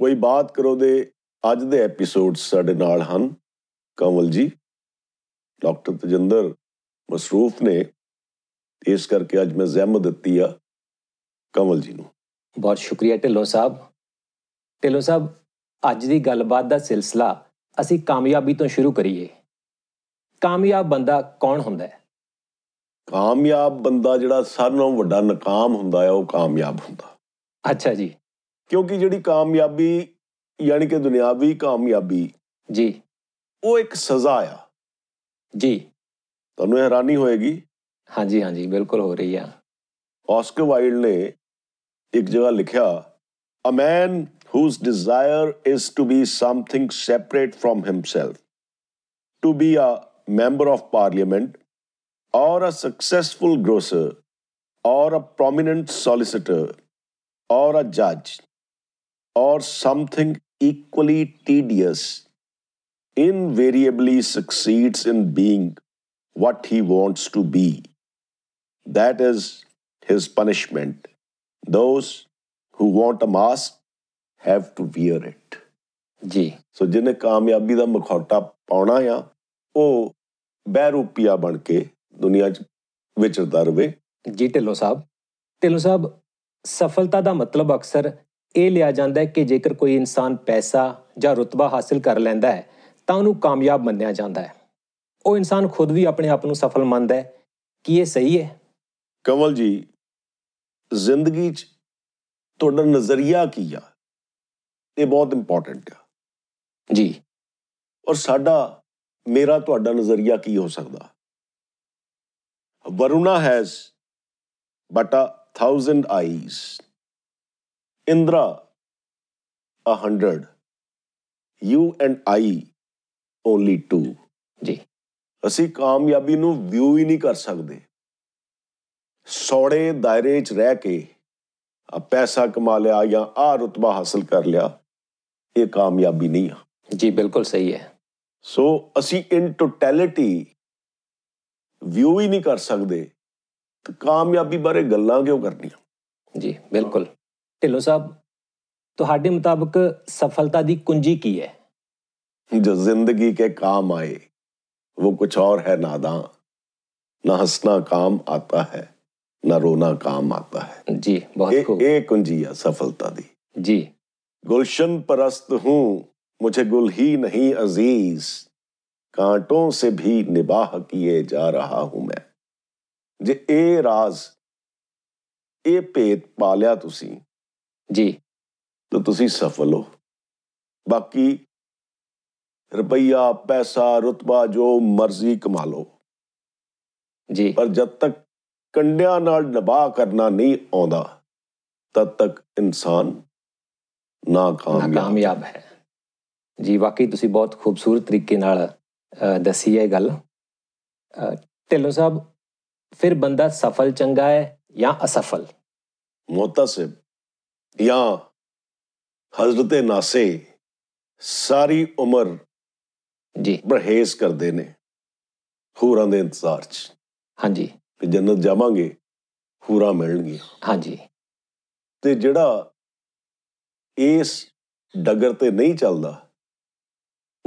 ਕੋਈ ਬਾਤ ਕਰੋ ਦੇ ਅੱਜ ਦੇ ਐਪੀਸੋਡ ਸਾਡੇ ਨਾਲ ਹਨ ਕਮਲ ਜੀ ਡਾਕਟਰ ਤਜਿੰਦਰ ਮਸਰੂਫ ਨੇ ਇਸ ਕਰਕੇ ਅੱਜ ਮੈਂ ਜ਼ਹਿਮਤ ਦਿੱਤੀ ਆ ਕਮਲ ਜੀ ਨੂੰ ਬਹੁਤ ਸ਼ੁਕਰੀਆ ਢਿੱਲੋਂ ਸਾਹਿਬ ਢਿੱਲੋਂ ਸਾਹਿਬ ਅੱਜ ਦੀ ਗੱਲਬਾਤ ਦਾ ਸਿਲਸਿਲਾ ਅਸੀਂ ਕਾਮਯਾਬੀ ਤੋਂ ਸ਼ੁਰੂ ਕਰੀਏ ਕਾਮਯਾਬ ਬੰਦਾ ਕੌਣ ਹੁੰਦਾ ਹੈ ਕਾਮਯਾਬ ਬੰਦਾ ਜਿਹੜਾ ਸਾਰਿਆਂ ਨਾਲੋਂ ਵੱਡਾ ਨਾਕਾਮ ਹੁੰਦਾ ਹੈ ਉਹ ਕਾਮਯਾਬ ਹੁੰਦਾ ਅੱਛਾ ਜੀ ਕਿਉਂਕਿ ਜਿਹੜੀ ਕਾਮਯਾਬੀ ਯਾਨੀ ਕਿ ਦੁਨਿਆਵੀ ਕਾਮਯਾਬੀ ਜੀ ਉਹ ਇੱਕ ਸਜ਼ਾ ਆ ਜੀ ਤੁਹਾਨੂੰ ਹੈਰਾਨੀ ਹੋਏਗੀ ਹਾਂਜੀ ਹਾਂਜੀ ਬਿਲਕੁਲ ਹੋ ਰਹੀ ਆ ਆਸਕਰ ਵਾਈਲਡ ਨੇ ਇੱਕ ਜਗ੍ਹਾ ਲਿਖਿਆ a man whose desire is to be something separate from himself to be a member of parliament or a successful grocer or a prominent solicitor or a judge or something equally tedious invariably succeeds in being what he wants to be that is his punishment. Those who want a mask have to wear it. ਜੀ so ਜਿਹਨੇ ਕਾਮਯਾਬੀ ਦਾ ਮਖੌਟਾ ਪਾਉਣਾ ਆ ਉਹ ਬੈਰੂਪੀਆ ਬਣ ਕੇ ਦੁਨੀਆ 'ਚ ਵਿਚਰਦਾ ਰਵੇ ਜੀ ਢਿੱਲੋਂ ਸਾਹਿਬ ਢਿੱਲੋਂ ਸਾਹਿਬ ਸਫਲਤਾ ਦਾ ਮਤਲਬ ਅਕਸਰ ਇਹ ਲਿਆ ਜਾਂਦਾ ਹੈ ਕਿ ਜੇਕਰ ਕੋਈ ਇਨਸਾਨ ਪੈਸਾ ਜਾਂ ਰੁਤਬਾ ਹਾਸਲ ਕਰ ਲੈਂਦਾ ਹੈ ਤਾਂ ਉਹਨੂੰ ਕਾਮਯਾਬ ਮੰਨਿਆ ਜਾਂਦਾ ਹੈ ਉਹ ਇਨਸਾਨ ਖੁਦ ਵੀ ਆਪਣੇ ਆਪ ਨੂੰ ਸਫਲ ਮੰਨਦਾ ਹੈ ਕੀ ਇਹ ਸਹੀ ਹੈ ਕਮਲ ਜੀ ਜ਼ਿੰਦਗੀ 'ਚ ਤੁਹਾਡਾ ਨਜ਼ਰੀਆ ਕੀ ਆ ਇਹ ਬਹੁਤ ਇੰਪੋਰਟੈਂਟ ਆ ਜੀ ਔਰ ਸਾਡਾ ਮੇਰਾ ਤੁਹਾਡਾ ਨਜ਼ਰੀਆ ਕੀ ਹੋ ਸਕਦਾ Varuna has but a 1000 eyes Indra a 100 you and I only 2 ਜੀ ਅਸੀਂ ਕਾਮਯਾਬੀ ਨੂੰ ਵਿਊ ਹੀ ਨਹੀਂ ਕਰ ਸਕਦੇ ਸੌੜੇ ਦਾਇਰੇ 'ਚ ਰਹਿ ਕੇ ਆ ਪੈਸਾ ਕਮਾ ਲਿਆ ਜਾਂ ਆ ਰਤਬਾ ਹਾਸਲ ਕਰ ਲਿਆ ਇਹ ਕਾਮਯਾਬੀ ਨਹੀਂ ਆ ਜੀ ਬਿਲਕੁਲ ਸਹੀ ਹੈ ਸੋ ਅਸੀਂ ਇਨ ਟੋਟੈਲਿਟੀ ਵਿਊ ਹੀ ਨਹੀਂ ਕਰ ਸਕਦੇ ਤਾਂ ਕਾਮਯਾਬੀ ਬਾਰੇ ਗੱਲਾਂ ਕਿਉਂ ਕਰਨੀਆਂ ਜੀ ਬਿਲਕੁਲ ਢਿੱਲੋਂ ਸਾਹਿਬ ਤੁਹਾਡੇ ਮੁਤਾਬਕ ਸਫਲਤਾ ਦੀ ਕੁੰਜੀ ਕੀ ਹੈ ਜੋ ਜ਼ਿੰਦਗੀ ਕੇ ਕਾਮ ਆਏ ਉਹ ਕੁਛ ਔਰ ਹੈ ਨਾਦਾਂ ਨਾ ਹੱਸਣਾ ਕਾਮ ਆਤਾ ਹੈ ਨਾ ਰੋਣਾ ਕਾਮ ਆਤਾ ਹੈ ਜੀ ਬਹੁਤ ਇਹ ਖੂਬ ਇਹ ਕੁੰਜੀ ਆ ਸਫਲਤਾ ਦੀ ਜੀ गुलशन परस्त हूँ मुझे गुल ही नहीं अजीज कांटों से भी निबाह किए जा रहा हूं मैं जे ए राज ਇਹ ਭੇਦ ਪਾਲਿਆ ਤੁਸੀਂ ਜੀ ਤਾਂ ਤੁਸੀਂ ਸਫਲ ਹੋ ਬਾਕੀ ਰੁਪਈਆ ਪੈਸਾ ਰਤਬਾ ਜੋ ਮਰਜ਼ੀ ਕਮਾ ਲਓ ਜੀ ਪਰ ਜਦ ਤੱਕ ਕੰਡਿਆਂ ਨਾਲ ਨਿਭਾ ਕਰਨਾ ਨਹੀਂ ਆਉਂਦਾ ਤਦ ਤੱਕ ਇਨਸਾਨ ਨਾਕਾਮਯਾਬ ਕਾਮਯਾਬ ਹੈ ਜੀ ਵਾਕਈ ਤੁਸੀਂ ਬਹੁਤ ਖੂਬਸੂਰਤ ਤਰੀਕੇ ਨਾਲ ਅ, ਦੱਸੀ ਹੈ ਇਹ ਗੱਲ ਅ, ਢਿੱਲੋਂ ਸਾਹਿਬ ਫਿਰ ਬੰਦਾ ਸਫਲ ਚੰਗਾ ਹੈ ਜਾਂ ਅਸਫਲ मुतसिब या हजरत नासे ਸਾਰੀ ਉਮਰ ਜੀ ਪਰਹੇਜ਼ ਕਰਦੇ ਨੇ ਹੂਰਾਂ ਦੇ ਇੰਤਜ਼ਾਰ 'ਚ ਹਾਂਜੀ ਕਿ ਜੰਨਤ ਜਾਵਾਂਗੇ ਹੂਰਾਂ ਮਿਲਣਗੀਆਂ ਹਾਂਜੀ ਤੇ ਜਿਹੜਾ ਇਸ ਡਗਰ ਤੇ ਨਹੀਂ ਚੱਲਦਾ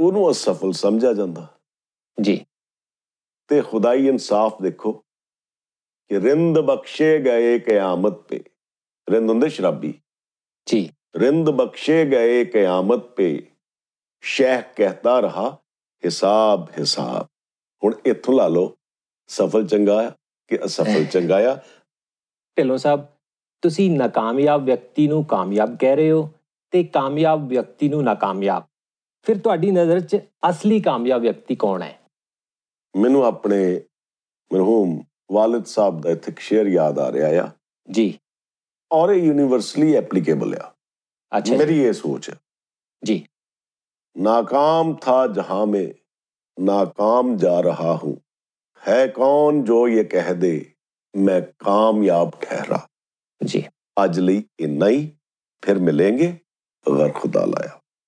ਉਹਨੂੰ ਅਸਫਲ ਸਮਝਿਆ ਜਾਂਦਾ ਜੀ ਤੇ ਖੁਦਾਈ ਇਨਸਾਫ ਦੇਖੋ ਕਿ ਰਿੰਦ ਬਖਸ਼ੇ ਗਏ ਕਿਆਮਤ ਤੇ ਰਿੰਦ ਹੁੰਦੇ ਸ਼ਰਾਬੀ ਜੀ रिंद बख्शे गए कयामत पे शेह कहता रहा हिसाब हिसाब ਹੁਣ ਇੱਥੋਂ ਲਾ ਲਓ ਸਫਲ ਚੰਗਾ ਆ ਕਿ ਅਸਫਲ ਚੰਗਾ ਆ ਢਿੱਲੋਂ ਸਾਹਿਬ ਤੁਸੀਂ ਨਾਕਾਮਯਾਬ ਵਿਅਕਤੀ ਨੂੰ ਕਾਮਯਾਬ ਕਹਿ ਰਹੇ ਹੋ ਤੇ ਕਾਮਯਾਬ ਵਿਅਕਤੀ ਨੂੰ ਨਾਕਾਮਯਾਬ ਫਿਰ ਤੁਹਾਡੀ ਨਜ਼ਰ 'ਚ ਅਸਲੀ ਕਾਮਯਾਬ ਵਿਅਕਤੀ ਕੌਣ ਹੈ ਮੈਨੂੰ ਆਪਣੇ ਮਰਹੂਮ ਵਾਲਿਦ ਸਾਹਿਬ ਦਾ ਇੱਥੇ ਇੱਕ ਸ਼ੇਰ ਯਾਦ ਆ ਰਿਹਾ ਆ ਜੀ ਔਰ ਇਹ ਯੂਨੀਵਰਸਲੀ ਐਪਲੀਕੇਬਲ ਆ ਅੱਛਾ ਜੀ, ਮੇਰੀ ਇਹ ਸੋਚ ਹੈ ਜੀ नाकाम था जहां में नाकाम जा रहा हूं है कौन जो ये कह दे मैं कामयाब ठहरा ਜੀ ਅੱਜ ਲਈ ਇੰਨਾ ਹੀ ਫਿਰ ਮਿਲਾਂਗੇ ਅਗਰ ਖੁਦਾ ਲਾਇਆ